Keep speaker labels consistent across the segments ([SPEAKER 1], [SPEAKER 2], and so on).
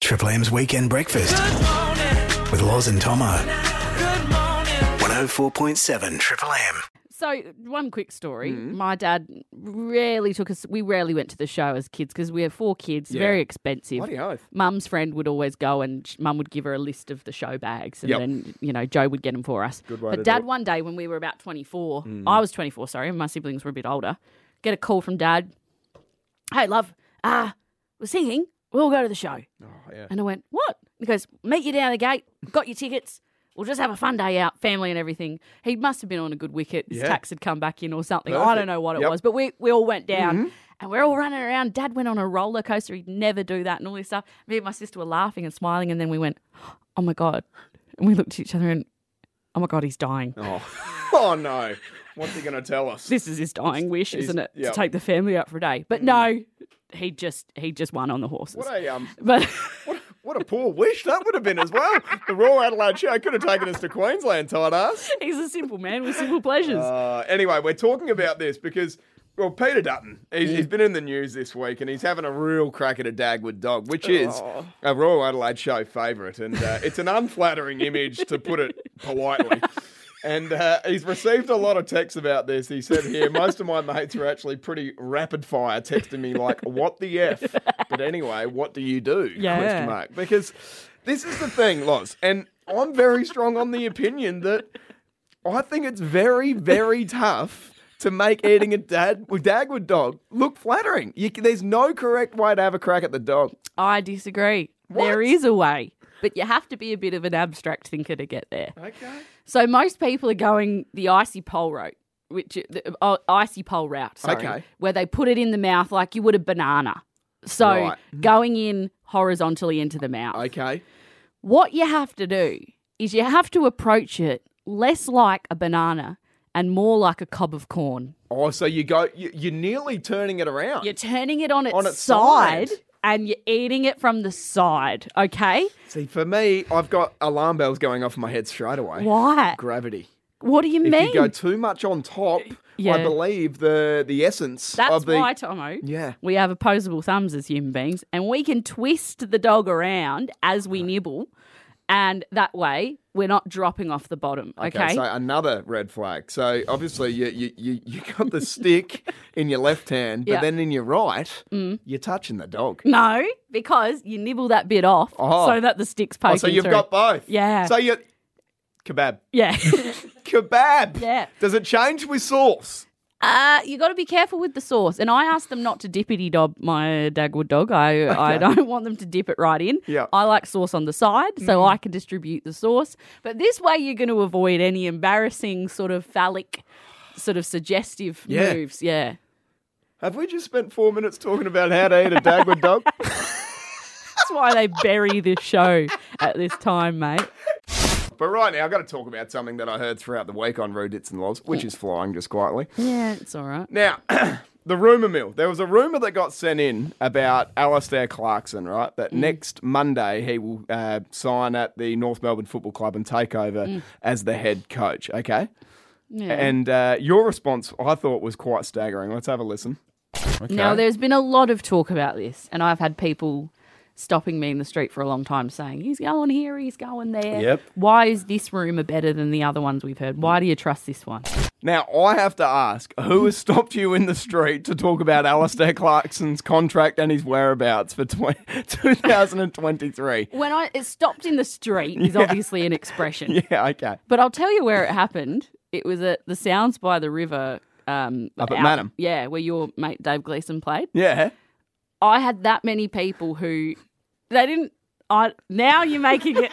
[SPEAKER 1] Triple M's Weekend Breakfast with Loz and Tomo. 104.7 Triple M.
[SPEAKER 2] So one quick story.
[SPEAKER 3] Mm.
[SPEAKER 2] My dad rarely took us. We rarely went to the show as kids because we have four kids. Very expensive.
[SPEAKER 3] Bloody oath.
[SPEAKER 2] Mum's friend would always go, and sh- Mum would give her a list of the show bags, and
[SPEAKER 3] Yep.
[SPEAKER 2] then you know Joe would get them for us.
[SPEAKER 3] Good way
[SPEAKER 2] but
[SPEAKER 3] to do
[SPEAKER 2] Dad,
[SPEAKER 3] it. Mm.
[SPEAKER 2] one day when we were about twenty four, I was twenty four. Sorry, and my siblings were a bit older. Get a call from Dad. Hey, love. Ah, we're singing. We'll go to the show.
[SPEAKER 3] Oh, yeah.
[SPEAKER 2] And I went, what? He goes, meet you down the gate. Got your tickets. We'll just have a fun day out, family and everything. He must have been on a good wicket. His
[SPEAKER 3] Yeah.
[SPEAKER 2] tax had come back in or something. I
[SPEAKER 3] Perfect.
[SPEAKER 2] don't know what it
[SPEAKER 3] Yep. Mm-hmm.
[SPEAKER 2] was, but we, we all went down and we're all running around. Dad went on a roller coaster. He'd never do that and all this stuff. Me and my sister were laughing and smiling. And then we went, oh my God. And we looked at each other and, oh my God, he's dying.
[SPEAKER 3] Oh. oh no. What's he going to tell us?
[SPEAKER 2] This is his dying wish,
[SPEAKER 3] He's-
[SPEAKER 2] isn't it?
[SPEAKER 3] yep.
[SPEAKER 2] To take the family out for a day. But no, he just he just won on the horses.
[SPEAKER 3] What a um.
[SPEAKER 2] but
[SPEAKER 3] What, what a poor wish that would have been as well. The Royal Adelaide Show could have taken us to Queensland, tight ass.
[SPEAKER 2] he's a simple man with simple pleasures.
[SPEAKER 3] Uh, anyway, we're talking about this because, well, Peter Dutton, he's, he's been in the news this week and he's having a real crack at a Dagwood dog, which is a Royal Adelaide Show favourite. And uh, it's an unflattering image, to put it politely. And uh, he's received a lot of texts about this. He said here, most of my mates are actually pretty rapid fire texting me like, "What the f?" But anyway, what do you do?
[SPEAKER 2] Yeah.
[SPEAKER 3] Question mark. Because this is the thing, Loz, and I'm very strong on the opinion that I think it's very, very tough to make eating a dad with Dagwood dog look flattering. You, c- there's no correct way to have a crack at the dog.
[SPEAKER 2] I disagree. There
[SPEAKER 3] What?
[SPEAKER 2] is a way, but you have to be a bit of an abstract thinker to get there.
[SPEAKER 3] Okay.
[SPEAKER 2] So most people are going the icy pole route, which the uh, icy pole route, sorry,
[SPEAKER 3] Okay.
[SPEAKER 2] where they put it in the mouth like you would a banana. So
[SPEAKER 3] Right.
[SPEAKER 2] going in horizontally into the mouth.
[SPEAKER 3] Okay.
[SPEAKER 2] What you have to do is you have to approach it less like a banana and more like a cob of corn.
[SPEAKER 3] Oh, so you go, you, you're nearly turning it around.
[SPEAKER 2] You're turning it on its,
[SPEAKER 3] On its
[SPEAKER 2] side,
[SPEAKER 3] side.
[SPEAKER 2] and you're eating it from the side, okay?
[SPEAKER 3] See, for me, I've got alarm bells going off in my head straight away.
[SPEAKER 2] Why?
[SPEAKER 3] Gravity.
[SPEAKER 2] What do you mean?
[SPEAKER 3] If you go too much on top,
[SPEAKER 2] Yeah.
[SPEAKER 3] I believe the the essence
[SPEAKER 2] That's
[SPEAKER 3] of the
[SPEAKER 2] why, Tomo.
[SPEAKER 3] Yeah.
[SPEAKER 2] We have opposable thumbs as human beings, and we can twist the dog around as we nibble, and that way we're not dropping off the bottom. Okay.
[SPEAKER 3] Okay, so another red flag. So obviously you you you, you got the stick in your left hand, but
[SPEAKER 2] Yeah. Mm.
[SPEAKER 3] then in your right, you're touching the dog.
[SPEAKER 2] no, because you nibble that bit off
[SPEAKER 3] Oh.
[SPEAKER 2] so that the stick's poking
[SPEAKER 3] Oh, so you've
[SPEAKER 2] through.
[SPEAKER 3] got both.
[SPEAKER 2] Yeah.
[SPEAKER 3] So you kebab,
[SPEAKER 2] yeah.
[SPEAKER 3] kebab.
[SPEAKER 2] Yeah.
[SPEAKER 3] Does it change with sauce?
[SPEAKER 2] uh, you got to be careful with the sauce. And I asked them not to dippity dob my Dagwood dog. I I don't want them to dip it right in.
[SPEAKER 3] Yeah. Mm.
[SPEAKER 2] I like sauce on the side, so I can distribute the sauce. But this way, you're going to avoid any embarrassing sort of phallic, sort of suggestive
[SPEAKER 3] Yeah.
[SPEAKER 2] moves. Yeah.
[SPEAKER 3] Have we just spent four minutes talking about how to eat a Dagwood dog?
[SPEAKER 2] That's why they bury this show at this time, mate.
[SPEAKER 3] but right now, I've got to talk about something that I heard throughout the week on Rue Dits and Laws, which is flying just quietly.
[SPEAKER 2] Yeah, it's all right.
[SPEAKER 3] Now, the rumour mill. There was a rumour that got sent in about Alastair Clarkson, right? That next Monday he will uh, sign at the North Melbourne Football Club and take over as the head coach, okay?
[SPEAKER 2] Yeah.
[SPEAKER 3] And uh, your response, I thought, was quite staggering. Let's have a listen.
[SPEAKER 2] Now, there's been a lot of talk about this, and I've had people stopping me in the street for a long time saying, he's going here, he's going there.
[SPEAKER 3] Yep.
[SPEAKER 2] Why is this rumour better than the other ones we've heard? Why do you trust this one?
[SPEAKER 3] Now, I have to ask, who has stopped you in the street to talk about Alastair Clarkson's contract and his whereabouts for tw- 2023?
[SPEAKER 2] When I it stopped in the street is obviously an expression.
[SPEAKER 3] Yeah, okay.
[SPEAKER 2] But I'll tell you where it happened. It was at the Sounds by the River. Um,
[SPEAKER 3] Up at
[SPEAKER 2] out-
[SPEAKER 3] Manham.
[SPEAKER 2] Yeah, where your mate Dave Gleason played.
[SPEAKER 3] Yeah.
[SPEAKER 2] I had that many people who they didn't. I now you're making it.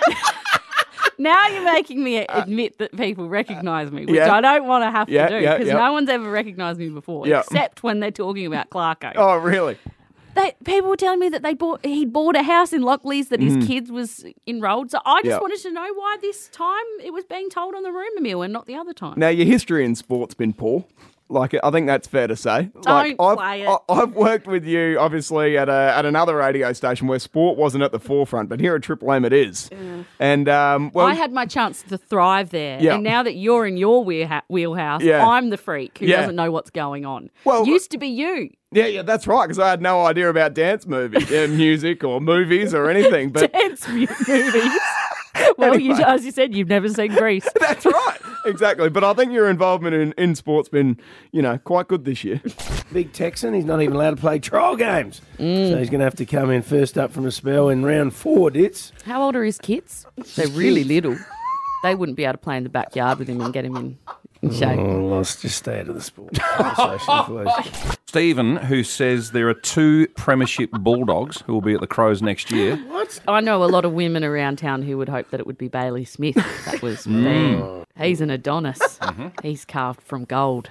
[SPEAKER 2] now you're making me admit that people recognise me, which
[SPEAKER 3] Uh, yeah.
[SPEAKER 2] I don't want to have
[SPEAKER 3] Yeah,
[SPEAKER 2] to do
[SPEAKER 3] yeah,
[SPEAKER 2] because
[SPEAKER 3] yeah.
[SPEAKER 2] no one's ever recognised me before,
[SPEAKER 3] Yeah.
[SPEAKER 2] except when they're talking about Clarko.
[SPEAKER 3] Oh, really?
[SPEAKER 2] They, people were telling me that they bought he bought a house in Lockleys that his kids was enrolled. So I just
[SPEAKER 3] Mm. Yeah.
[SPEAKER 2] wanted to know why this time it was being told on the rumour mill and not the other time.
[SPEAKER 3] Now, your history in sport's been poor. Like I think that's fair to say. like
[SPEAKER 2] Don't
[SPEAKER 3] I've,
[SPEAKER 2] play it.
[SPEAKER 3] I- I've worked with you obviously at a, at another radio station where sport wasn't at the forefront, but here at Triple M it is. And um, well,
[SPEAKER 2] Mm. I had my chance to thrive there,
[SPEAKER 3] Yeah.
[SPEAKER 2] and now that you're in your weirha- wheelhouse,
[SPEAKER 3] Yeah.
[SPEAKER 2] I'm the freak who
[SPEAKER 3] Yeah.
[SPEAKER 2] doesn't know what's going on.
[SPEAKER 3] Well-
[SPEAKER 2] used to be you.
[SPEAKER 3] yeah, yeah, that's right because I had no idea about dance movies, yeah, music, or movies or anything. But
[SPEAKER 2] dance mu- movies. well, you, as you said, you've never seen Grease.
[SPEAKER 3] That's right. Exactly. But I think your involvement in, in sport's been, you know, quite good this year.
[SPEAKER 4] Big Texan, he's not even allowed to play trial games. So he's going to have to come in first up from a spell in round four, Dits.
[SPEAKER 2] How old are his kids? They're really little. They wouldn't be able to play in the backyard with him and get him in, in
[SPEAKER 3] Mm.
[SPEAKER 2] shape.
[SPEAKER 4] Well, let's just stay out of the sport conversation, please.
[SPEAKER 5] Stephen, who says there are two Premiership Bulldogs who will be at the Crows next year.
[SPEAKER 2] I know a lot of women around town who would hope that it would be Bailey Smith. That was
[SPEAKER 3] Mm.
[SPEAKER 2] me. He's an Adonis.
[SPEAKER 3] Mm-hmm.
[SPEAKER 2] He's carved from gold.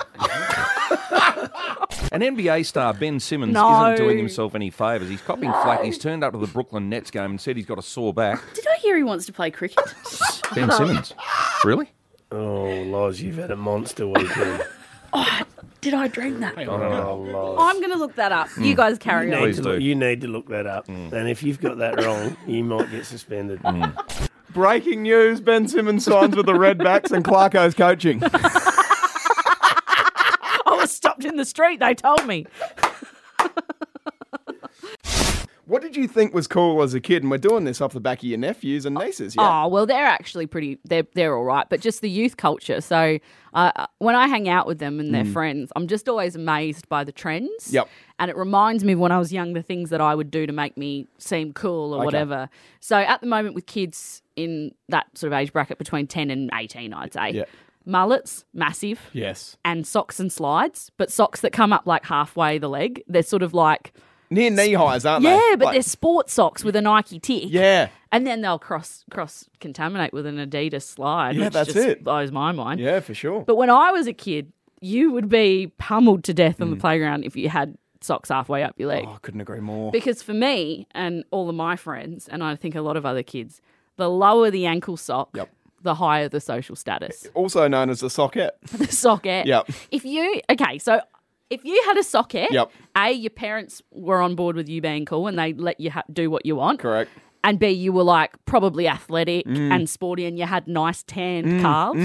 [SPEAKER 5] An NBA star, Ben Simmons,
[SPEAKER 2] No.
[SPEAKER 5] isn't doing himself any favours. He's copping flack. He's turned up to the Brooklyn Nets game and said he's got a sore back.
[SPEAKER 2] Did I hear he wants to play cricket?
[SPEAKER 5] Ben Simmons. Really?
[SPEAKER 4] Oh, Loz, you've had a monster weekend.
[SPEAKER 2] Did I dream that?
[SPEAKER 4] Oh, Loz.
[SPEAKER 2] I'm going to look that up.
[SPEAKER 3] Mm.
[SPEAKER 2] You guys carry on.
[SPEAKER 4] You need,
[SPEAKER 5] Please
[SPEAKER 4] to,
[SPEAKER 5] do.
[SPEAKER 4] look- you need to look that up. And if you've got that wrong, you might get suspended.
[SPEAKER 3] Breaking news Ben Simmons signs with the Redbacks and Clarko's coaching.
[SPEAKER 2] I was stopped in the street. They told me.
[SPEAKER 3] What did you think was cool as a kid? And we're doing this off the back of your nephews and nieces. Yeah.
[SPEAKER 2] Oh well, they're actually pretty. They're they're all right, but just the youth culture. So uh, when I hang out with them and their friends, I'm just always amazed by the trends.
[SPEAKER 3] Mm. Yep.
[SPEAKER 2] And it reminds me of when I was young, the things that I would do to make me seem cool or whatever. So at the moment, with kids in that sort of age bracket between 10 and 18, I'd say
[SPEAKER 3] Yeah.
[SPEAKER 2] mullets massive
[SPEAKER 3] Yes.
[SPEAKER 2] and socks and slides, but socks that come up like halfway the leg. They're sort of like
[SPEAKER 3] Near knee highs, aren't
[SPEAKER 2] yeah,
[SPEAKER 3] they?
[SPEAKER 2] but
[SPEAKER 3] Like-
[SPEAKER 2] they're sports socks with a Nike tick.
[SPEAKER 3] Yeah.
[SPEAKER 2] And then they'll cross cross contaminate with an Adidas slide.
[SPEAKER 3] Yeah,
[SPEAKER 2] which
[SPEAKER 3] that's
[SPEAKER 2] just
[SPEAKER 3] it.
[SPEAKER 2] Blows my mind.
[SPEAKER 3] Yeah, for sure.
[SPEAKER 2] But when I was a kid, you would be pummeled to death on the playground if you had socks halfway up your leg.
[SPEAKER 3] Mm. Oh, I couldn't agree more.
[SPEAKER 2] Because for me and all of my friends, and I think a lot of other kids, the lower the ankle sock,
[SPEAKER 3] Yep.
[SPEAKER 2] the higher the social status.
[SPEAKER 3] Also known as the socket.
[SPEAKER 2] the socket.
[SPEAKER 3] Yep.
[SPEAKER 2] If you okay, so if you had a socket,
[SPEAKER 3] Yep.
[SPEAKER 2] A, your parents were on board with you being cool and they let you ha- do what you want.
[SPEAKER 3] Correct.
[SPEAKER 2] and B, you were like probably athletic
[SPEAKER 3] Mm.
[SPEAKER 2] and sporty and you had nice tanned calves.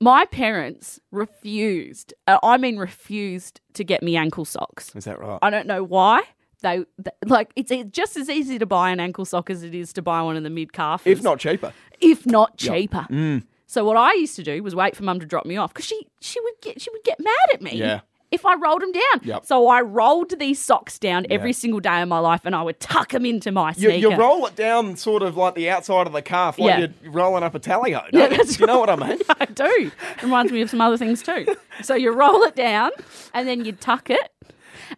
[SPEAKER 2] My parents refused, uh, I mean, refused to get me ankle socks.
[SPEAKER 3] Is that right?
[SPEAKER 2] I don't know why. They, th- like it's e- just as easy to buy an ankle sock as it is to buy one of the mid calf,
[SPEAKER 3] If not Mm. cheaper.
[SPEAKER 2] if not cheaper. So what I used to do was wait for mum to drop me off because she she would get she would get mad at me.
[SPEAKER 3] Yeah.
[SPEAKER 2] If I rolled them down,
[SPEAKER 3] Yep.
[SPEAKER 2] so I rolled these socks down every single day of my life, and I would tuck them into my
[SPEAKER 3] You,
[SPEAKER 2] sneaker.
[SPEAKER 3] you roll it down sort of like the outside of the calf, like
[SPEAKER 2] Yeah.
[SPEAKER 3] you're rolling up a tally-ho.
[SPEAKER 2] Yeah,
[SPEAKER 3] don't you?
[SPEAKER 2] that's
[SPEAKER 3] you know what I mean?
[SPEAKER 2] I do. Reminds me of some other things too. So you roll it down and then you tuck it.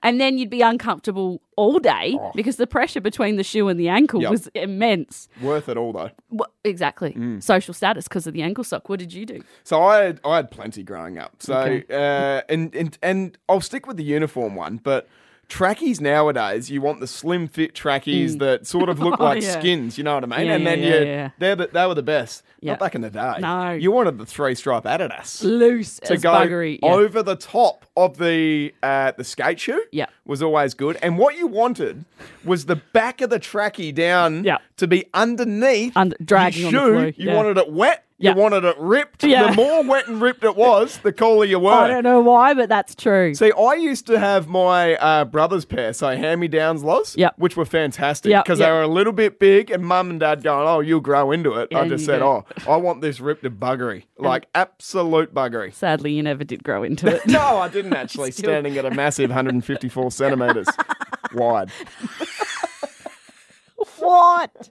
[SPEAKER 2] And then you'd be uncomfortable all day because the pressure between the shoe and the ankle
[SPEAKER 3] Oh. Yep.
[SPEAKER 2] was immense.
[SPEAKER 3] Worth it all, though.
[SPEAKER 2] Wha exactly.
[SPEAKER 3] Mm.
[SPEAKER 2] Social status because of the ankle sock. What did you do?
[SPEAKER 3] So I had, I had plenty growing up. So uh, and and and I'll stick with the uniform one, but trackies nowadays you want the slim fit trackies that sort of look
[SPEAKER 2] Oh,
[SPEAKER 3] like
[SPEAKER 2] yeah.
[SPEAKER 3] skins. You know what I mean?
[SPEAKER 2] Yeah,
[SPEAKER 3] and
[SPEAKER 2] yeah,
[SPEAKER 3] then
[SPEAKER 2] yeah,
[SPEAKER 3] you
[SPEAKER 2] yeah.
[SPEAKER 3] they're the, they were the best.
[SPEAKER 2] Yeah.
[SPEAKER 3] Not back in the day.
[SPEAKER 2] No.
[SPEAKER 3] you wanted the three stripe Adidas.
[SPEAKER 2] Loose
[SPEAKER 3] To
[SPEAKER 2] as
[SPEAKER 3] go
[SPEAKER 2] buggery. Yeah.
[SPEAKER 3] over the top of the uh, the skate shoe
[SPEAKER 2] Yeah.
[SPEAKER 3] was always good, and what you wanted was the back of the trackie down
[SPEAKER 2] Yeah.
[SPEAKER 3] to be underneath
[SPEAKER 2] Under- dragging
[SPEAKER 3] your
[SPEAKER 2] on the
[SPEAKER 3] shoe.
[SPEAKER 2] floor,
[SPEAKER 3] You
[SPEAKER 2] yeah.
[SPEAKER 3] wanted it wet.
[SPEAKER 2] Yeah.
[SPEAKER 3] You wanted it ripped.
[SPEAKER 2] Yeah.
[SPEAKER 3] The more wet and ripped it was, the cooler you were.
[SPEAKER 2] I don't know why, but that's true.
[SPEAKER 3] See, I used to have my uh, brother's pair, so hand me downs lows,
[SPEAKER 2] Yep.
[SPEAKER 3] which were fantastic
[SPEAKER 2] Yep,
[SPEAKER 3] because
[SPEAKER 2] yep.
[SPEAKER 3] they were a little bit big, and mum and dad going, Oh, you'll grow into it. I
[SPEAKER 2] And
[SPEAKER 3] just
[SPEAKER 2] you
[SPEAKER 3] said,
[SPEAKER 2] did.
[SPEAKER 3] Oh, I want this ripped to buggery, like absolute buggery.
[SPEAKER 2] Sadly, you never did grow into it.
[SPEAKER 3] No, I didn't actually,
[SPEAKER 2] Still.
[SPEAKER 3] standing at a massive 154 centimetres wide.
[SPEAKER 2] what?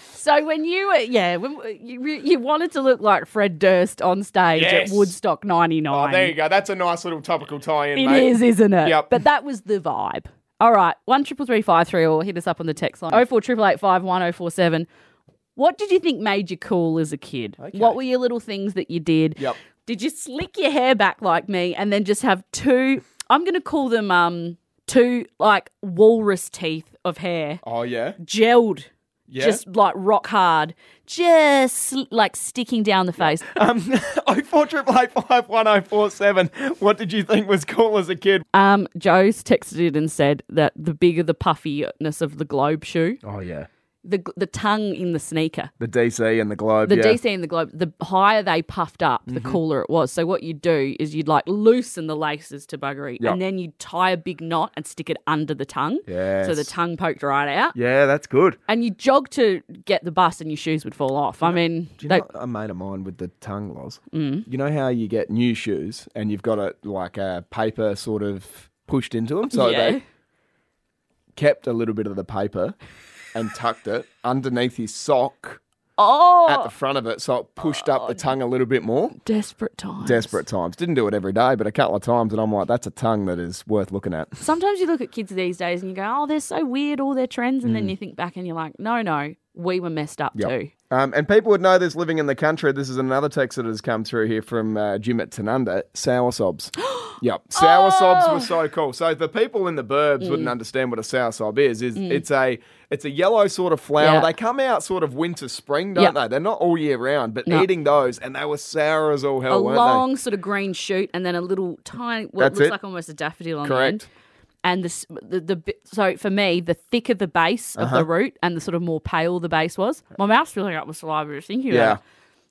[SPEAKER 2] So when you were, yeah, when, you, you wanted to look like Fred Durst on stage
[SPEAKER 3] Yes.
[SPEAKER 2] at Woodstock 99.
[SPEAKER 3] Oh, there you go. That's a nice little topical tie in,
[SPEAKER 2] It
[SPEAKER 3] mate.
[SPEAKER 2] is, isn't it?
[SPEAKER 3] Yep.
[SPEAKER 2] But that was the vibe. All right, one triple three five three, or hit us up on the text line oh four triple eight five one oh four seven. What did you think made you cool as a kid? What were your little things that you did?
[SPEAKER 3] Yep.
[SPEAKER 2] Did you slick your hair back like me, and then just have two? I'm going to call them um two like walrus teeth of hair
[SPEAKER 3] Oh, yeah.
[SPEAKER 2] gelled
[SPEAKER 3] Yeah.
[SPEAKER 2] just like rock hard, just like sticking down the face.
[SPEAKER 3] Um, 0488 What did you think was cool as a kid?
[SPEAKER 2] Um, Joe's texted it and said that the bigger the puffiness of the globe shoe,
[SPEAKER 4] Oh yeah.
[SPEAKER 2] the the tongue in the sneaker.
[SPEAKER 6] The DC and the Globe.
[SPEAKER 2] The
[SPEAKER 6] yeah.
[SPEAKER 2] DC and the globe, the higher they puffed up, the
[SPEAKER 3] Mm-hmm.
[SPEAKER 2] cooler it was. So what you'd do is you'd like loosen the laces to buggery, and then you'd tie a big knot and stick it under the tongue, so the
[SPEAKER 6] Yes.
[SPEAKER 2] tongue poked right out.
[SPEAKER 6] Yeah, that's good.
[SPEAKER 2] And you jog to get the bus, and your shoes would fall off. I mean,
[SPEAKER 3] Do you
[SPEAKER 2] they,
[SPEAKER 3] know a mate of mine with the tongue loss? Mm. You know how you get new shoes and you've got a like a paper sort of pushed into them, so
[SPEAKER 2] yeah.
[SPEAKER 3] they kept a little bit of the paper and tucked it underneath his sock at
[SPEAKER 2] oh,
[SPEAKER 3] the front of it, so it pushed up the tongue a little bit more.
[SPEAKER 2] desperate times.
[SPEAKER 3] Desperate times. Didn't do it every day, but a couple of times, and I'm like, that's a tongue that is worth looking at.
[SPEAKER 2] Sometimes you look at kids these days and you go, "Oh, they're so weird, all their trends," and then you think back and you're like, "No, no, we were messed up
[SPEAKER 3] Mm. Yep.
[SPEAKER 2] too."
[SPEAKER 3] Um, and people would know this living in the country. This is another text that has come through here from uh, Jim at Tanunda. Sour sobs. yep. Sour sobs were
[SPEAKER 2] Oh.
[SPEAKER 3] so cool. So the people in the burbs
[SPEAKER 2] Mm.
[SPEAKER 3] wouldn't understand what a sour sob is. Is it's a it's a yellow sort of flower.
[SPEAKER 2] Yeah.
[SPEAKER 3] They come out sort of winter spring, don't
[SPEAKER 2] Yep.
[SPEAKER 3] they? They're not all year round, but
[SPEAKER 2] No.
[SPEAKER 3] eating those and they were sour as all hell,
[SPEAKER 2] a
[SPEAKER 3] weren't
[SPEAKER 2] long sort of green shoot and then a little tiny well
[SPEAKER 3] That's
[SPEAKER 2] it looks
[SPEAKER 3] it.
[SPEAKER 2] like almost a daffodil on
[SPEAKER 3] Correct.
[SPEAKER 2] the end. And the, s- the the bit- so for me the thicker the base
[SPEAKER 3] Uh-huh.
[SPEAKER 2] of the root and the sort of more pale the base was. My mouth's filling up with saliva just thinking
[SPEAKER 3] Yeah.
[SPEAKER 2] about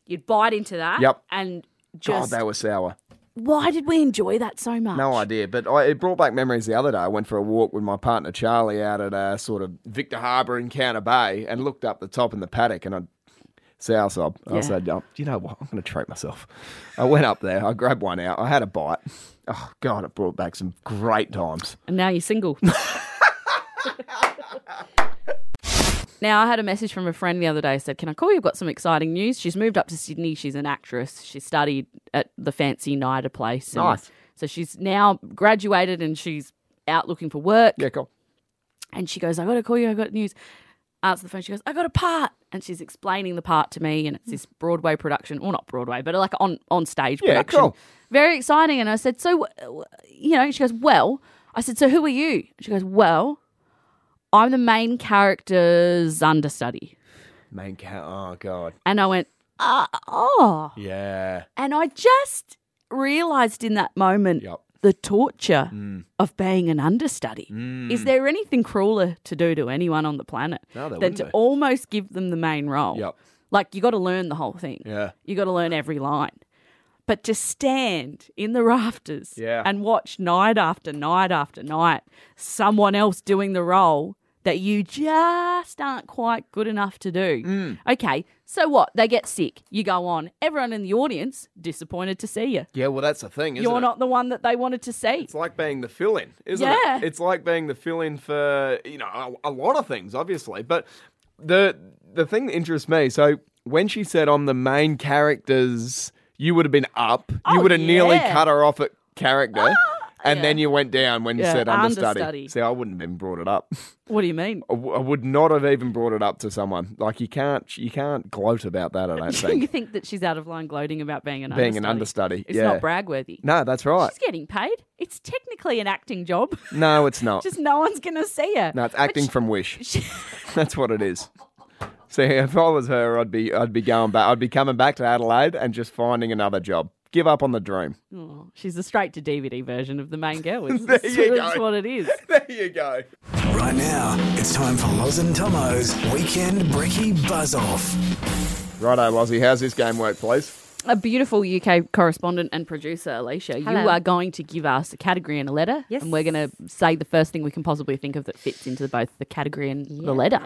[SPEAKER 2] it. You'd bite into that
[SPEAKER 3] Yep.
[SPEAKER 2] and
[SPEAKER 3] they? God,
[SPEAKER 2] just
[SPEAKER 3] they were sour.
[SPEAKER 2] why did we enjoy that so much?
[SPEAKER 3] No idea, but I, it brought back memories the other day. I went for a walk with my partner Charlie out at uh, sort of Victor Harbour in Counter Bay and looked up the top in the paddock and I sour sob. I
[SPEAKER 2] Yeah.
[SPEAKER 3] said, oh, "Do you know what? I'm going to treat myself." I went up there. I grabbed one out. I had a bite. Oh God, it brought back some great times.
[SPEAKER 2] And now you're single. now I had a message from a friend the other day said, "Can I call you? I've got some exciting news. She's moved up to Sydney. She's an actress. She studied at the fancy NIDA place. and-
[SPEAKER 3] Nice.
[SPEAKER 2] So she's now graduated and she's out looking for work.
[SPEAKER 3] Yeah, cool.
[SPEAKER 2] And she goes, I got to call you. I got news. Answer the phone. She goes, I got a part. And she's explaining the part to me. And
[SPEAKER 3] Hmm.
[SPEAKER 2] it's this Broadway production, or not Broadway, but like on, on stage
[SPEAKER 3] Yeah,
[SPEAKER 2] production.
[SPEAKER 3] cool.
[SPEAKER 2] Very exciting. And I said, So, wh- wh- you know, she goes, Well, I said, So who are you? She goes, Well, I'm the main character's understudy.
[SPEAKER 3] Main cat. Oh God.
[SPEAKER 2] And I went, uh, Oh.
[SPEAKER 3] Yeah.
[SPEAKER 2] And I just realized in that moment
[SPEAKER 3] Yep.
[SPEAKER 2] the torture
[SPEAKER 3] Mm.
[SPEAKER 2] of being an understudy. Is there anything crueler to do to anyone on the planet
[SPEAKER 3] No, there
[SPEAKER 2] than
[SPEAKER 3] wouldn't
[SPEAKER 2] to
[SPEAKER 3] be.
[SPEAKER 2] almost give them the main role?
[SPEAKER 3] Yep.
[SPEAKER 2] Like you got to learn the whole thing.
[SPEAKER 3] Yeah.
[SPEAKER 2] You got to learn every line. But to stand in the rafters
[SPEAKER 3] Yeah.
[SPEAKER 2] and watch night after night after night someone else doing the role that you just aren't quite good enough to do.
[SPEAKER 3] Mm.
[SPEAKER 2] Okay, so what? They get sick. You go on. Everyone in the audience disappointed to see you.
[SPEAKER 3] Yeah. Well, that's the thing, isn't
[SPEAKER 2] You're
[SPEAKER 3] it?
[SPEAKER 2] not the one that they wanted to see.
[SPEAKER 3] It's like being the fill in, isn't
[SPEAKER 2] Yeah.
[SPEAKER 3] it? It's like being the fill in for, you know, a, a lot of things, obviously. But the the thing that interests me, so when she said I'm the main characters, you would have been up.
[SPEAKER 2] Oh,
[SPEAKER 3] you would have nearly
[SPEAKER 2] yeah.
[SPEAKER 3] cut her off at character. and
[SPEAKER 2] yeah.
[SPEAKER 3] then you went down when you
[SPEAKER 2] Yeah,
[SPEAKER 3] said understudy.
[SPEAKER 2] understudy.
[SPEAKER 3] See, I wouldn't have even brought it up.
[SPEAKER 2] What do you mean?
[SPEAKER 3] I w- I would not have even brought it up to someone. Like you can't, you can't gloat about that. I don't
[SPEAKER 2] you
[SPEAKER 3] think
[SPEAKER 2] think that she's out of line gloating about being an
[SPEAKER 3] being
[SPEAKER 2] understudy?
[SPEAKER 3] an understudy.
[SPEAKER 2] It's
[SPEAKER 3] yeah.
[SPEAKER 2] not brag worthy.
[SPEAKER 3] No, that's right.
[SPEAKER 2] She's getting paid. It's technically an acting job.
[SPEAKER 3] No, it's not.
[SPEAKER 2] Just no one's going to see her.
[SPEAKER 3] No, it's
[SPEAKER 2] But
[SPEAKER 3] acting from Wish.
[SPEAKER 2] she-
[SPEAKER 3] That's what it is. See, if I was her, I'd be I'd be going back. I'd be coming back to Adelaide and just finding another job. Give up on the dream.
[SPEAKER 2] Oh, she's the straight to DVD version of the main girl. It's,
[SPEAKER 3] There
[SPEAKER 2] it's-
[SPEAKER 3] you
[SPEAKER 2] it's
[SPEAKER 3] go.
[SPEAKER 2] what it is.
[SPEAKER 3] There you go.
[SPEAKER 1] Right now, it's time for Loz and Tomo's Weekend Brekkie Buzz Off.
[SPEAKER 3] Righto, Lozzie, how's this game work, please?
[SPEAKER 2] A beautiful UK correspondent and producer, Alicia, you
[SPEAKER 5] Hello.
[SPEAKER 2] are going to give us a category and a letter.
[SPEAKER 5] Yes.
[SPEAKER 2] And we're going to say the first thing we can possibly think of that fits into both the category and the letter.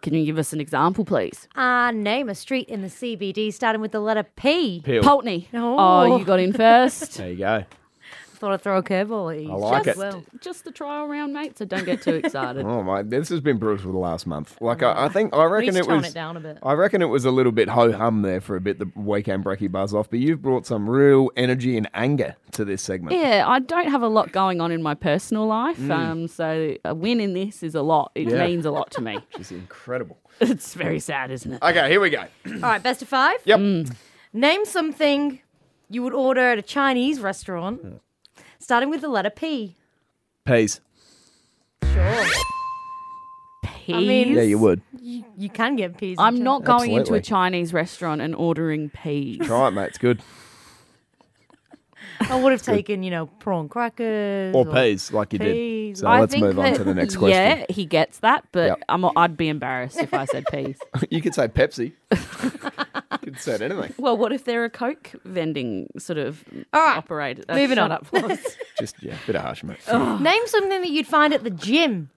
[SPEAKER 2] Can you give us an example, please?
[SPEAKER 5] Uh, name a street in the CBD starting with the letter P. I
[SPEAKER 3] Peel.
[SPEAKER 2] Poultney.
[SPEAKER 5] Oh.
[SPEAKER 2] Oh, you got in first.
[SPEAKER 3] There you go.
[SPEAKER 5] Thought I'd throw a curveball at you.
[SPEAKER 3] I like
[SPEAKER 2] just,
[SPEAKER 3] it.
[SPEAKER 5] Well,
[SPEAKER 2] just the trial round, mate, so don't get too excited.
[SPEAKER 3] Oh my, this has been brutal the last month. Like I, I think I reckon
[SPEAKER 5] just
[SPEAKER 3] it
[SPEAKER 5] tone
[SPEAKER 3] was.
[SPEAKER 5] it down a bit.
[SPEAKER 3] I reckon it was a little bit ho hum there for a bit. The weekend brekkie buzz off, but you've brought some real energy and anger to this segment.
[SPEAKER 2] Yeah, I don't have a lot going on in my personal life,
[SPEAKER 3] Mm.
[SPEAKER 2] um, so a win in this is a lot. It means a lot to me.
[SPEAKER 3] It's incredible.
[SPEAKER 2] it's very sad, isn't it?
[SPEAKER 3] Okay, here we go.
[SPEAKER 5] all right, best of five.
[SPEAKER 3] Yep.
[SPEAKER 2] Mm.
[SPEAKER 5] Name something you would order at a Chinese restaurant starting with the letter P.
[SPEAKER 3] Peas.
[SPEAKER 5] Sure.
[SPEAKER 2] Peas.
[SPEAKER 5] mean-
[SPEAKER 3] Yeah, you would.
[SPEAKER 5] you, you can get peas. in
[SPEAKER 2] I'm
[SPEAKER 5] China.
[SPEAKER 2] not going into
[SPEAKER 3] Absolutely.
[SPEAKER 2] a Chinese restaurant and ordering peas.
[SPEAKER 3] Try it, mate. It's good.
[SPEAKER 5] I would have taken, you know, prawn crackers
[SPEAKER 3] Or peas, like you did.
[SPEAKER 5] peas.
[SPEAKER 3] So
[SPEAKER 5] I
[SPEAKER 3] let's
[SPEAKER 2] think
[SPEAKER 3] move on
[SPEAKER 2] that-
[SPEAKER 3] to the next question.
[SPEAKER 2] Yeah, he gets that, but
[SPEAKER 3] Yep.
[SPEAKER 2] I'm, I'd be embarrassed if I said peas.
[SPEAKER 3] you could say Pepsi. you could say anything.
[SPEAKER 2] well, what if they're a Coke vending sort of
[SPEAKER 5] All right,
[SPEAKER 2] operator? Uh,
[SPEAKER 5] moving
[SPEAKER 2] shut
[SPEAKER 5] on.
[SPEAKER 2] Up, Floss.
[SPEAKER 3] Just yeah, bit of harsh, mate.
[SPEAKER 5] Name something that you'd find at the gym,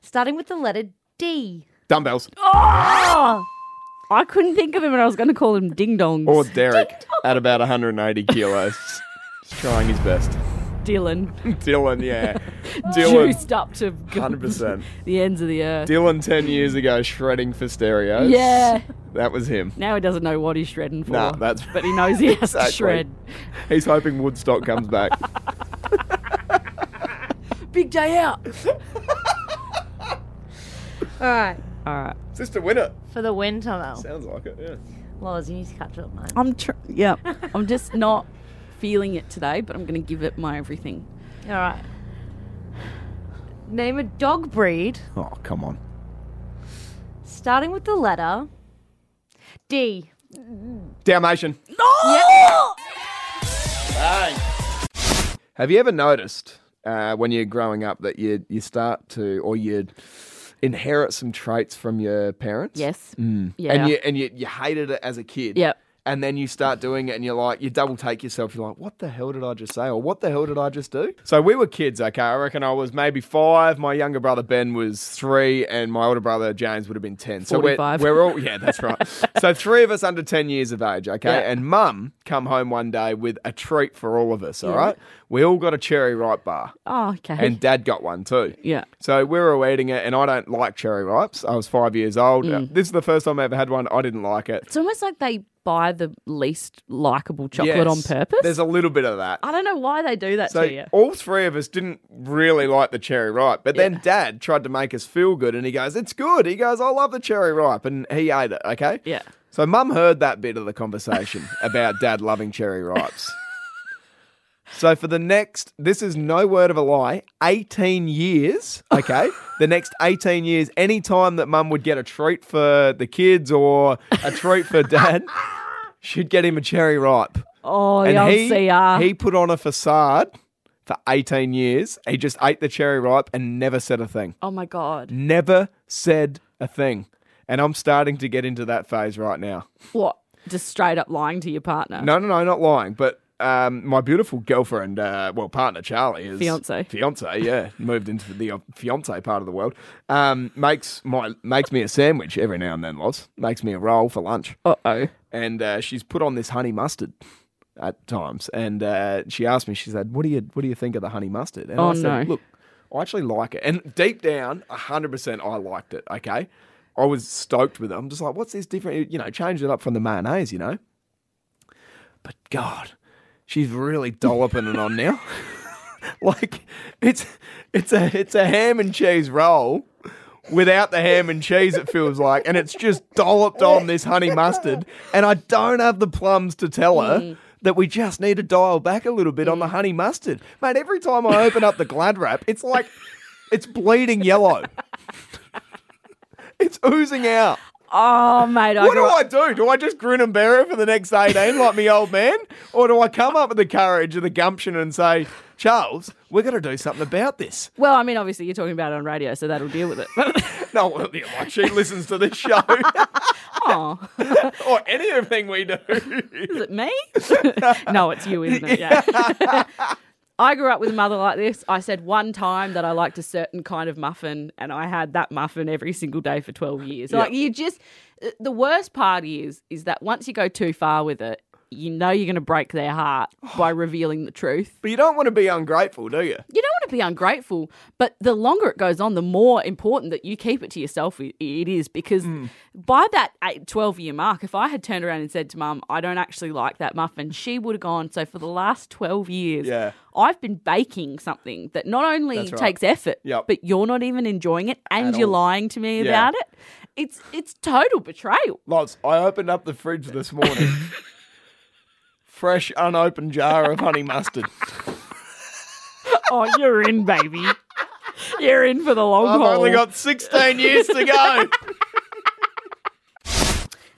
[SPEAKER 5] starting with the letter D.
[SPEAKER 3] Dumbbells
[SPEAKER 2] Oh, I couldn't think of him, and I was going to call him Ding Dongs.
[SPEAKER 3] or Derek at about 180 kilos. He's trying his best.
[SPEAKER 2] Dylan,
[SPEAKER 3] Dylan, yeah, Dylan,
[SPEAKER 2] juiced up to g-
[SPEAKER 3] 100. percent
[SPEAKER 2] the ends of the earth.
[SPEAKER 3] Dylan 10 years ago shredding for stereos.
[SPEAKER 2] Yeah.
[SPEAKER 3] that was him.
[SPEAKER 2] Now he doesn't know what he's shredding for,
[SPEAKER 3] Nah, that's-
[SPEAKER 2] but he knows he has
[SPEAKER 3] Exactly.
[SPEAKER 2] to shred.
[SPEAKER 3] He's hoping Woodstock comes back.
[SPEAKER 2] Big day out.
[SPEAKER 5] All right,
[SPEAKER 3] Just to win it.
[SPEAKER 5] for the win, Tomo.
[SPEAKER 3] Sounds like it. Yeah.
[SPEAKER 5] Laws, you need to catch up, man.
[SPEAKER 2] I'm tr- yeah. I'm just not feeling it today, but I'm going to give it my everything.
[SPEAKER 5] All right. Name a dog breed
[SPEAKER 3] Oh come on.
[SPEAKER 5] starting with the letter D.
[SPEAKER 3] Dalmatian. Have you ever noticed uh, when you're growing up that you you start to or you inherit some traits from your parents?
[SPEAKER 2] Yes. Yeah.
[SPEAKER 3] Mm. And you and you, you hated it as a kid.
[SPEAKER 2] Yep.
[SPEAKER 3] And then you start doing it and you're like, you double take yourself. You're like, what the hell did I just say? Or what the hell did I just do? So we were kids, okay? I reckon I was maybe five. My younger brother Ben was three, and my older brother James would have been 10. So we're,
[SPEAKER 2] 45.
[SPEAKER 3] we're all, yeah, that's right. so three of us under 10 years of age, okay?
[SPEAKER 2] Yeah.
[SPEAKER 3] And mum come home one day with a treat for all of us, all right? We all got a cherry ripe bar.
[SPEAKER 2] oh, okay.
[SPEAKER 3] And dad got one too.
[SPEAKER 2] Yeah.
[SPEAKER 3] So we were all eating it, and I don't like cherry ripes. I was five years old.
[SPEAKER 2] Mm.
[SPEAKER 3] This is the first time I ever had one. I didn't like it.
[SPEAKER 2] It's almost like they buy the least likable chocolate on
[SPEAKER 3] Yes.
[SPEAKER 2] purpose.
[SPEAKER 3] There's a little bit of that.
[SPEAKER 2] I don't know why they do that
[SPEAKER 3] So oh,
[SPEAKER 2] to you.
[SPEAKER 3] all three of us didn't really like the cherry ripe, but then Dad tried to make us feel good, and he goes, "It's good." He goes, "I love the cherry ripe," and he ate it. Okay.
[SPEAKER 2] Yeah.
[SPEAKER 3] So Mum heard that bit of the conversation about Dad loving cherry ripes. So for the next, this is no word of a lie, 18 years, okay? the next 18 years, any time that mum would get a treat for the kids or a treat for dad, she'd get him a cherry ripe.
[SPEAKER 2] Oh,
[SPEAKER 3] And
[SPEAKER 2] young CR.
[SPEAKER 3] he, he put on a facade for 18 years. He just ate the cherry ripe and never said a thing.
[SPEAKER 2] oh my god.
[SPEAKER 3] Never said a thing. And I'm starting to get into that phase right now.
[SPEAKER 2] What? Just straight up lying to your partner.
[SPEAKER 3] No, no, no, not lying. But um, my beautiful girlfriend, uh, well, partner Charlie is
[SPEAKER 2] Fiancé.
[SPEAKER 3] Fiance, yeah, moved into the uh, fiance part of the world. Um, makes my makes me a sandwich every now and then. Loz makes me a roll for lunch,
[SPEAKER 2] Uh oh.
[SPEAKER 3] and uh, she's put on this honey mustard at times. And uh, she asked me, she said, "What do you what do you think of the honey mustard?" And I
[SPEAKER 2] Oh,
[SPEAKER 3] said,
[SPEAKER 2] no.
[SPEAKER 3] "Look, I actually like it." And deep down, hundred percent, I liked it. Okay. I was stoked with it. I'm just like, what's this different? You know, change it up from the mayonnaise, you know? but God, she's really dolloping it on now. like it's it's a it's a ham and cheese roll without the ham and cheese. It feels like, and it's just dolloped on this honey mustard. And I don't have the plums to tell her. That we just need to dial back a little bit on the honey mustard. Mate, every time I open up the glad wrap, it's like it's bleeding yellow. it's oozing out.
[SPEAKER 2] Oh mate, I
[SPEAKER 3] What do
[SPEAKER 2] grew up-
[SPEAKER 3] I do? Do I just grin and bear it for the next 18 like me old man? Or do I come up with the courage and the gumption and say, Charles, we're going to do something about this?
[SPEAKER 2] Well, I mean, obviously you're talking about it on radio, so that'll deal with it.
[SPEAKER 3] No, well, yeah, like she listens to this show
[SPEAKER 2] oh,
[SPEAKER 3] or anything we do.
[SPEAKER 2] is it me? no, it's you, isn't it? Yeah. I grew up with a mother like this. I said one time that I liked a certain kind of muffin, and I had that muffin every single day for twelve years. Like you just, uh, the worst part is, is that once you go too far with it, you know you're going to break their heart by revealing the truth.
[SPEAKER 3] But you don't want to be ungrateful, do you?
[SPEAKER 2] you don't want to be ungrateful, but the longer it goes on, the more important that you keep it to yourself i- it is because
[SPEAKER 3] Mm.
[SPEAKER 2] by that eight, 12 year mark, if I had turned around and said to mum, I don't actually like that muffin, she would have gone, So for the last 12 years,
[SPEAKER 3] Yeah.
[SPEAKER 2] I've been baking something that not only
[SPEAKER 3] right.
[SPEAKER 2] takes effort,
[SPEAKER 3] Yep.
[SPEAKER 2] but you're not even enjoying it and
[SPEAKER 3] At
[SPEAKER 2] you're
[SPEAKER 3] all.
[SPEAKER 2] lying to me
[SPEAKER 3] Yeah.
[SPEAKER 2] about it. It's it's total betrayal.
[SPEAKER 3] Lots, I opened up the fridge this morning. Fresh, unopened jar of honey mustard.
[SPEAKER 2] oh, you're in, baby. You're in for the long
[SPEAKER 3] I've
[SPEAKER 2] haul.
[SPEAKER 3] only got 16 years to go.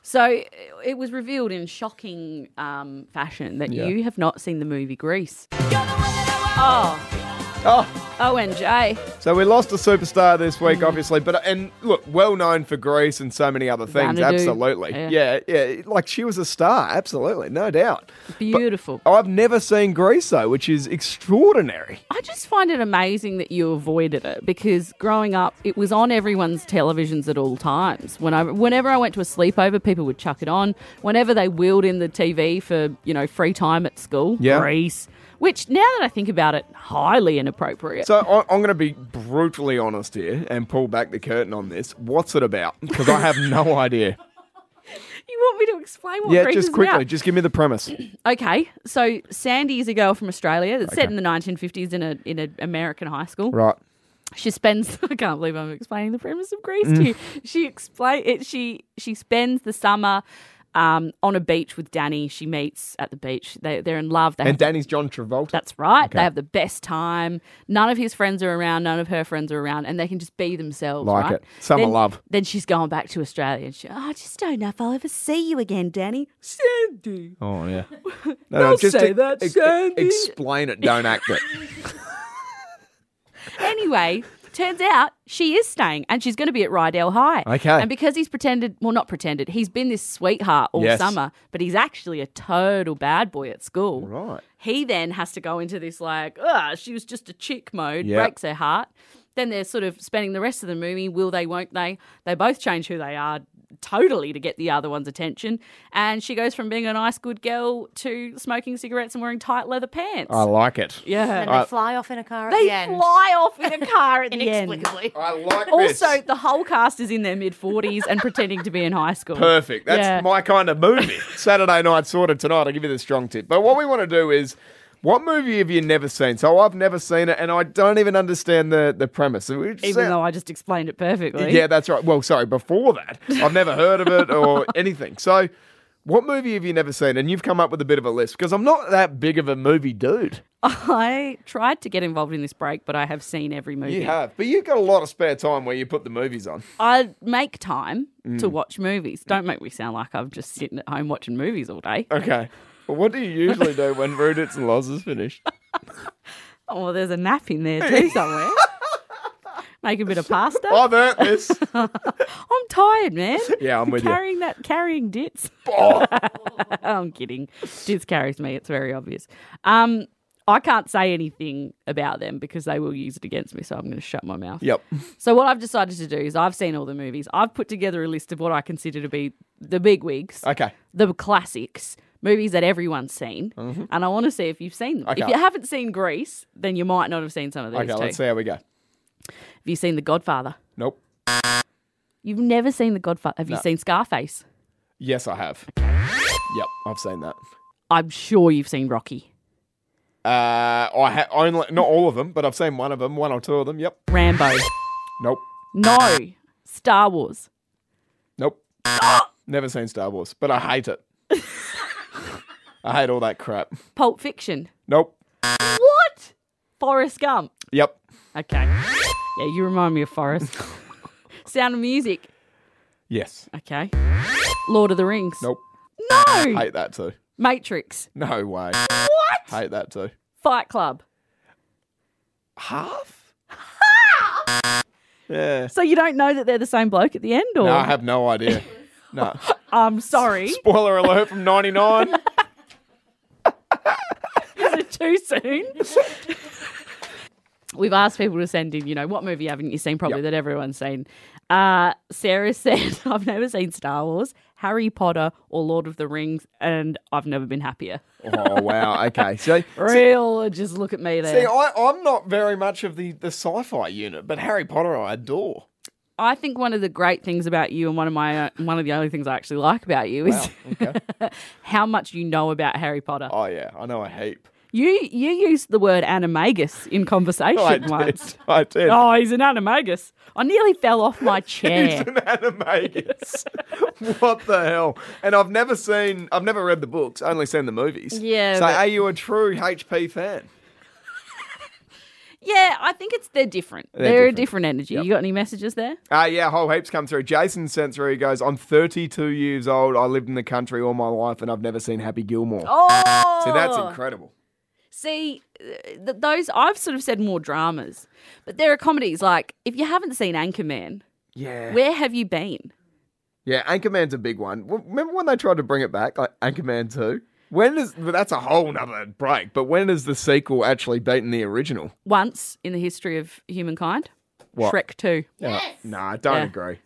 [SPEAKER 2] So it- it was revealed in shocking um, fashion that you have not seen the movie Grease. Oh,
[SPEAKER 3] Oh,
[SPEAKER 2] OMG.
[SPEAKER 3] so we lost a superstar this week, obviously, but and look, well known for Greece and so many other things.
[SPEAKER 2] Xanadu.
[SPEAKER 3] Absolutely,
[SPEAKER 2] Yeah.
[SPEAKER 3] yeah. yeah, Like she was a star, absolutely, no doubt.
[SPEAKER 2] Beautiful.
[SPEAKER 3] I've never seen Greece though, which is extraordinary.
[SPEAKER 2] I just find it amazing that you avoided it because growing up, it was on everyone's televisions at all times. When I, whenever I went to a sleepover, people would chuck it on. Whenever they wheeled in the TV for you know free time at school,
[SPEAKER 3] Yeah.
[SPEAKER 2] Grease. Which now that I think about it, highly inappropriate.
[SPEAKER 3] So I- I'm going to be brutally honest here and pull back the curtain on this. What's it about? Because I have no idea.
[SPEAKER 2] you want me to explain what
[SPEAKER 3] Yeah,
[SPEAKER 2] Grease
[SPEAKER 3] just
[SPEAKER 2] is
[SPEAKER 3] quickly,
[SPEAKER 2] about?
[SPEAKER 3] just give me the premise.
[SPEAKER 2] Okay, so Sandy is a girl from Australia that's set in the 1950s in a in an American high school.
[SPEAKER 3] Right.
[SPEAKER 2] She spends. I can't believe I'm explaining the premise of Grease to you.
[SPEAKER 3] Mm.
[SPEAKER 2] She explain it. She she spends the summer. Um, on a beach with Danny, she meets at the beach. They, they're in love. They
[SPEAKER 3] And
[SPEAKER 2] have,
[SPEAKER 3] Danny's John Travolta.
[SPEAKER 2] that's right. They have the best time. None of his friends are around. None of her friends are around, and they can just be themselves.
[SPEAKER 3] Like
[SPEAKER 2] right?
[SPEAKER 3] it. Summer
[SPEAKER 2] Then-
[SPEAKER 3] love.
[SPEAKER 2] Then she's going back to Australia, and she. "Oh, I just don't know if I'll ever see you again, Danny. Sandy.
[SPEAKER 3] oh yeah. No,
[SPEAKER 2] Don't say that, Sandy.
[SPEAKER 3] Explain it. Don't act it.
[SPEAKER 2] Anyway, turns out she is staying and she's going to be at Rydell High.
[SPEAKER 3] Okay.
[SPEAKER 2] And because he's pretended, well, not pretended, he's been this sweetheart all
[SPEAKER 3] Yes.
[SPEAKER 2] summer, but he's actually a total bad boy at school.
[SPEAKER 3] Right.
[SPEAKER 2] He then has to go into this, like, ah, she was just a chick mode,
[SPEAKER 3] Yeah.
[SPEAKER 2] breaks her heart. Then they're sort of spending the rest of the movie, will they, won't they? They both change who they are totally to get the other one's attention. And she goes from being a nice, good girl to smoking cigarettes and wearing tight leather pants.
[SPEAKER 3] I like it.
[SPEAKER 2] yeah.
[SPEAKER 5] And they fly off in a car at
[SPEAKER 2] They
[SPEAKER 5] the end.
[SPEAKER 2] fly off in a car at the end.
[SPEAKER 5] inexplicably.
[SPEAKER 3] I like
[SPEAKER 2] Also, the whole cast is in their mid 40s and pretending to be in high school.
[SPEAKER 3] Perfect. That's
[SPEAKER 2] Yeah.
[SPEAKER 3] my kind of movie. Saturday night sorted tonight. I'll give you the strong tip. But what we want to do is, what movie have you never seen? So I've never seen it, and I don't even understand the the premise. So it's-
[SPEAKER 2] Even though I just explained it perfectly.
[SPEAKER 3] yeah, that's right. Well, sorry, before that, I've never heard of it or anything. So. What movie have you never seen? And you've come up with a bit of a list because I'm not that big of a movie dude.
[SPEAKER 2] I tried to get involved in this break, but I have seen every movie.
[SPEAKER 3] You have, but you've got a lot of spare time where you put the movies on.
[SPEAKER 2] I make time
[SPEAKER 3] Mm.
[SPEAKER 2] to watch movies. Don't make me sound like I'm just sitting at home watching movies all day.
[SPEAKER 3] Okay. Well, what do you usually do when Rudits and Loz is finished?
[SPEAKER 2] Oh, well, there's a nap in there too somewhere. Make a bit of pasta.
[SPEAKER 3] I've earned this.
[SPEAKER 2] I'm tired, man.
[SPEAKER 3] Yeah, I'm with you. Oh.
[SPEAKER 2] carrying that carrying dits. I'm kidding. Dits carries me. It's very obvious. Um, I can't say anything about them because they will use it against me. So I'm going to shut my mouth.
[SPEAKER 3] Yep.
[SPEAKER 2] So what I've decided to do is I've seen all the movies. I've put together a list of what I consider to be the big wigs,
[SPEAKER 3] Okay.
[SPEAKER 2] the classics. Movies that everyone's seen, and I want to see if you've seen them. If
[SPEAKER 3] Mm-hmm. Okay.
[SPEAKER 2] you haven't seen Grease, then you might not have seen some of these.
[SPEAKER 3] Okay,
[SPEAKER 2] too.
[SPEAKER 3] let's see how we go.
[SPEAKER 2] Have you seen The Godfather?
[SPEAKER 3] Nope.
[SPEAKER 2] You've never seen The Godfather. Have you seen Scarface?
[SPEAKER 3] Yes, I have. Yep, I've seen that.
[SPEAKER 2] I'm sure you've seen Rocky,
[SPEAKER 3] Uh, I ha- only not all of them, but I've seen one of them, one or two of them. Yep.
[SPEAKER 2] Rambo.
[SPEAKER 3] Nope.
[SPEAKER 2] No, Star Wars.
[SPEAKER 3] Nope. Never seen Star Wars, but I hate it. I hate all that crap.
[SPEAKER 2] Pulp Fiction.
[SPEAKER 3] Nope.
[SPEAKER 2] What? Forrest Gump.
[SPEAKER 3] Yep.
[SPEAKER 2] Okay. Yeah, you remind me of Forrest. Sound of Music.
[SPEAKER 3] Yes.
[SPEAKER 2] Okay. Lord of the Rings.
[SPEAKER 3] Nope.
[SPEAKER 2] No.
[SPEAKER 3] Hate that too.
[SPEAKER 2] Matrix.
[SPEAKER 3] No way. What? Hate that too.
[SPEAKER 2] Fight Club.
[SPEAKER 3] Half. yeah.
[SPEAKER 2] So you don't know that they're the same bloke at the end, or
[SPEAKER 3] No, I have no idea. No.
[SPEAKER 2] I'm sorry,
[SPEAKER 3] Spoiler alert from '99.
[SPEAKER 2] is it too soon? We've asked people to send in, you know, what movie haven't you seen? Probably that everyone's seen. Uh, Sarah said, "I've never seen Star Wars, Harry Potter, or Lord of the Rings, and I've never been happier."
[SPEAKER 3] oh wow. Okay. So
[SPEAKER 2] Real, just look at me there.
[SPEAKER 3] See, I, I'm not very much of the, the sci-fi unit, but Harry Potter I adore.
[SPEAKER 2] I think one of the great things about you, and one of my uh, one of the only things I actually like about you, is how much you know about Harry Potter.
[SPEAKER 3] Oh yeah, I know a heap.
[SPEAKER 2] You you used the word animagus in conversation
[SPEAKER 3] Oh, I did.
[SPEAKER 2] once.
[SPEAKER 3] I did.
[SPEAKER 2] Oh, he's an animagus. I nearly fell off my chair.
[SPEAKER 3] Animagus. what the hell? And I've never seen, I've never read the books, only seen the movies.
[SPEAKER 2] Yeah,
[SPEAKER 3] So
[SPEAKER 2] but-
[SPEAKER 3] are you a true HP fan?
[SPEAKER 2] Yeah, I think it's they're different. They're, a different energy. You got any messages there?
[SPEAKER 3] Uh, yeah, whole heaps come through. Jason sent through. He goes, I'm 32 years old. I lived in the country all my life and I've never seen Happy Gilmore.
[SPEAKER 2] Oh,
[SPEAKER 3] See, that's incredible.
[SPEAKER 2] See, uh, th- those I've sort of said more dramas, but there are comedies. Like if you haven't seen Anchorman,
[SPEAKER 3] Yeah.
[SPEAKER 2] where have you been?
[SPEAKER 3] Yeah, Anchorman's a big one. W- Remember when they tried to bring it back, like Anchorman 2? When does well, that's a whole nother break, but when does the sequel actually beaten the original?
[SPEAKER 2] Once in the history of humankind, Shrek Two.
[SPEAKER 3] Nah, don't
[SPEAKER 2] Yeah.
[SPEAKER 3] agree.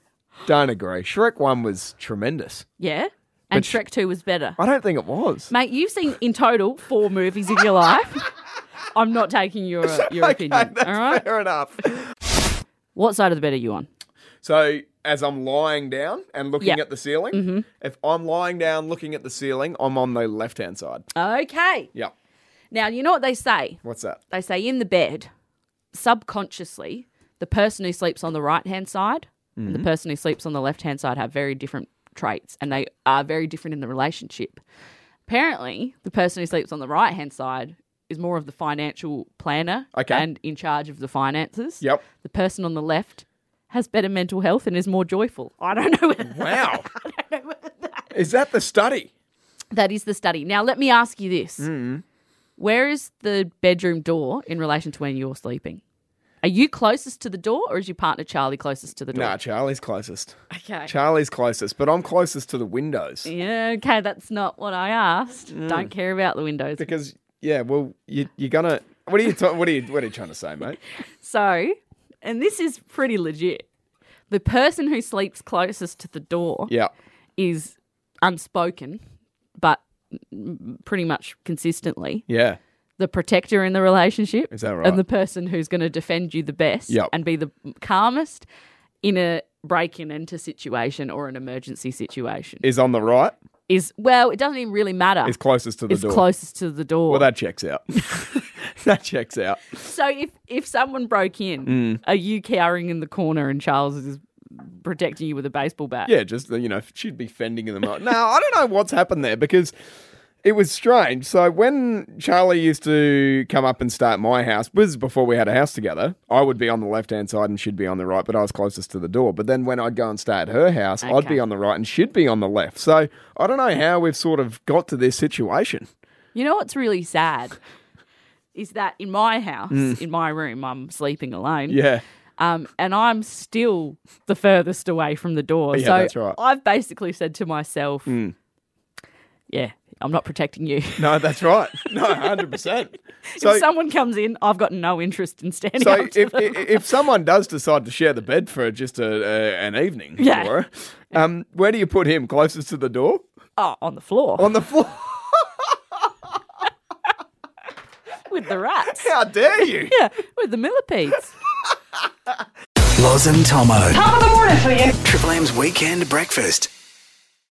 [SPEAKER 3] Don't agree. Shrek 1 was tremendous.
[SPEAKER 2] Yeah, and
[SPEAKER 3] But sh-
[SPEAKER 2] Shrek Two was better.
[SPEAKER 3] I don't think it was.
[SPEAKER 2] Mate, you've seen in total four movies in your life. I'm not taking your your opinion. All right,
[SPEAKER 3] Fair enough.
[SPEAKER 2] what side of the bed are you on?
[SPEAKER 3] So as I'm lying down and looking
[SPEAKER 2] Yeah. Mm-hmm.
[SPEAKER 3] at the ceiling, if I'm lying down looking at the ceiling, I'm on the left hand side.
[SPEAKER 2] Okay.
[SPEAKER 3] Yep.
[SPEAKER 2] Now you know what they say.
[SPEAKER 3] What's that?
[SPEAKER 2] They say in the bed, subconsciously, the person who sleeps on the right hand side and
[SPEAKER 3] Mm-hmm.
[SPEAKER 2] the person who sleeps on the left hand side have very different traits, and they are very different in the relationship. Apparently, the person who sleeps on the right hand side is more of the financial planner
[SPEAKER 3] Okay.
[SPEAKER 2] and in charge of the finances.
[SPEAKER 3] Yep.
[SPEAKER 2] the person on the left has better mental health and is more joyful. I don't know. Whether
[SPEAKER 3] Wow. Is that the study?
[SPEAKER 2] That is the study. Now, let me ask you this
[SPEAKER 3] Mm.
[SPEAKER 2] Where is the bedroom door in relation to when you're sleeping? Are you closest to the door or is your partner Charlie closest to the door?
[SPEAKER 3] Nah, Charlie's closest.
[SPEAKER 2] Okay.
[SPEAKER 3] Charlie's closest, but I'm closest to the windows.
[SPEAKER 2] yeah, okay, that's not what I asked.
[SPEAKER 3] Mm.
[SPEAKER 2] Don't care about the windows.
[SPEAKER 3] Because yeah, well, you, you're gonna. What are you? Ta- what are you? What are you trying to say, mate?
[SPEAKER 2] So, and this is pretty legit. The person who sleeps closest to the door
[SPEAKER 3] Yeah.
[SPEAKER 2] is unspoken, but mm, pretty much consistently
[SPEAKER 3] Yeah.
[SPEAKER 2] the protector in the relationship.
[SPEAKER 3] Is that right?
[SPEAKER 2] And the person who's going to defend you the best
[SPEAKER 3] Yep.
[SPEAKER 2] and be the calmest in a break in into situation or an emergency situation
[SPEAKER 3] Is on the right.
[SPEAKER 2] is well, it doesn't even really matter.
[SPEAKER 3] Is closest to the
[SPEAKER 2] Is
[SPEAKER 3] door.
[SPEAKER 2] closest to the door.
[SPEAKER 3] Well, that checks out. that checks out.
[SPEAKER 2] so if if someone broke in,
[SPEAKER 3] Mm.
[SPEAKER 2] are you cowering in the corner and Charles is protecting you with a baseball bat?
[SPEAKER 3] Yeah, just you know, she'd be fending them up. now I don't know what's happened there because it was strange. So when Charlie used to come up and stay at my house, was before we had a house together. I would be on the left hand side and she'd be on the right, but I was closest to the door. But then when I'd go and stay at her house, I'd
[SPEAKER 2] Okay.
[SPEAKER 3] be on the right and she'd be on the left. So I don't know how we've sort of got to this situation.
[SPEAKER 2] You know what's really sad is that in my house, in my room, I'm sleeping alone.
[SPEAKER 3] Mm. Yeah.
[SPEAKER 2] Um, and I'm still the furthest away from the door.
[SPEAKER 3] Yeah,
[SPEAKER 2] so
[SPEAKER 3] that's right. Hmm.
[SPEAKER 2] I've basically said to myself, yeah, I'm not protecting you.
[SPEAKER 3] No, that's right. No, hundred percent.
[SPEAKER 2] if someone comes in, I've got no interest in standing
[SPEAKER 3] So
[SPEAKER 2] up
[SPEAKER 3] if,
[SPEAKER 2] to
[SPEAKER 3] if
[SPEAKER 2] them.
[SPEAKER 3] if someone does decide to share the bed for just a, a an evening,
[SPEAKER 2] Yeah.
[SPEAKER 3] for, um, where do you put him? Closest to the door
[SPEAKER 2] oh, on the floor
[SPEAKER 3] on the floor?
[SPEAKER 2] with the rats.
[SPEAKER 3] How dare you?
[SPEAKER 2] Yeah, with the millipedes.
[SPEAKER 1] Loz and Tomo. Top of the morning for you. Triple M's Weekend Breakfast.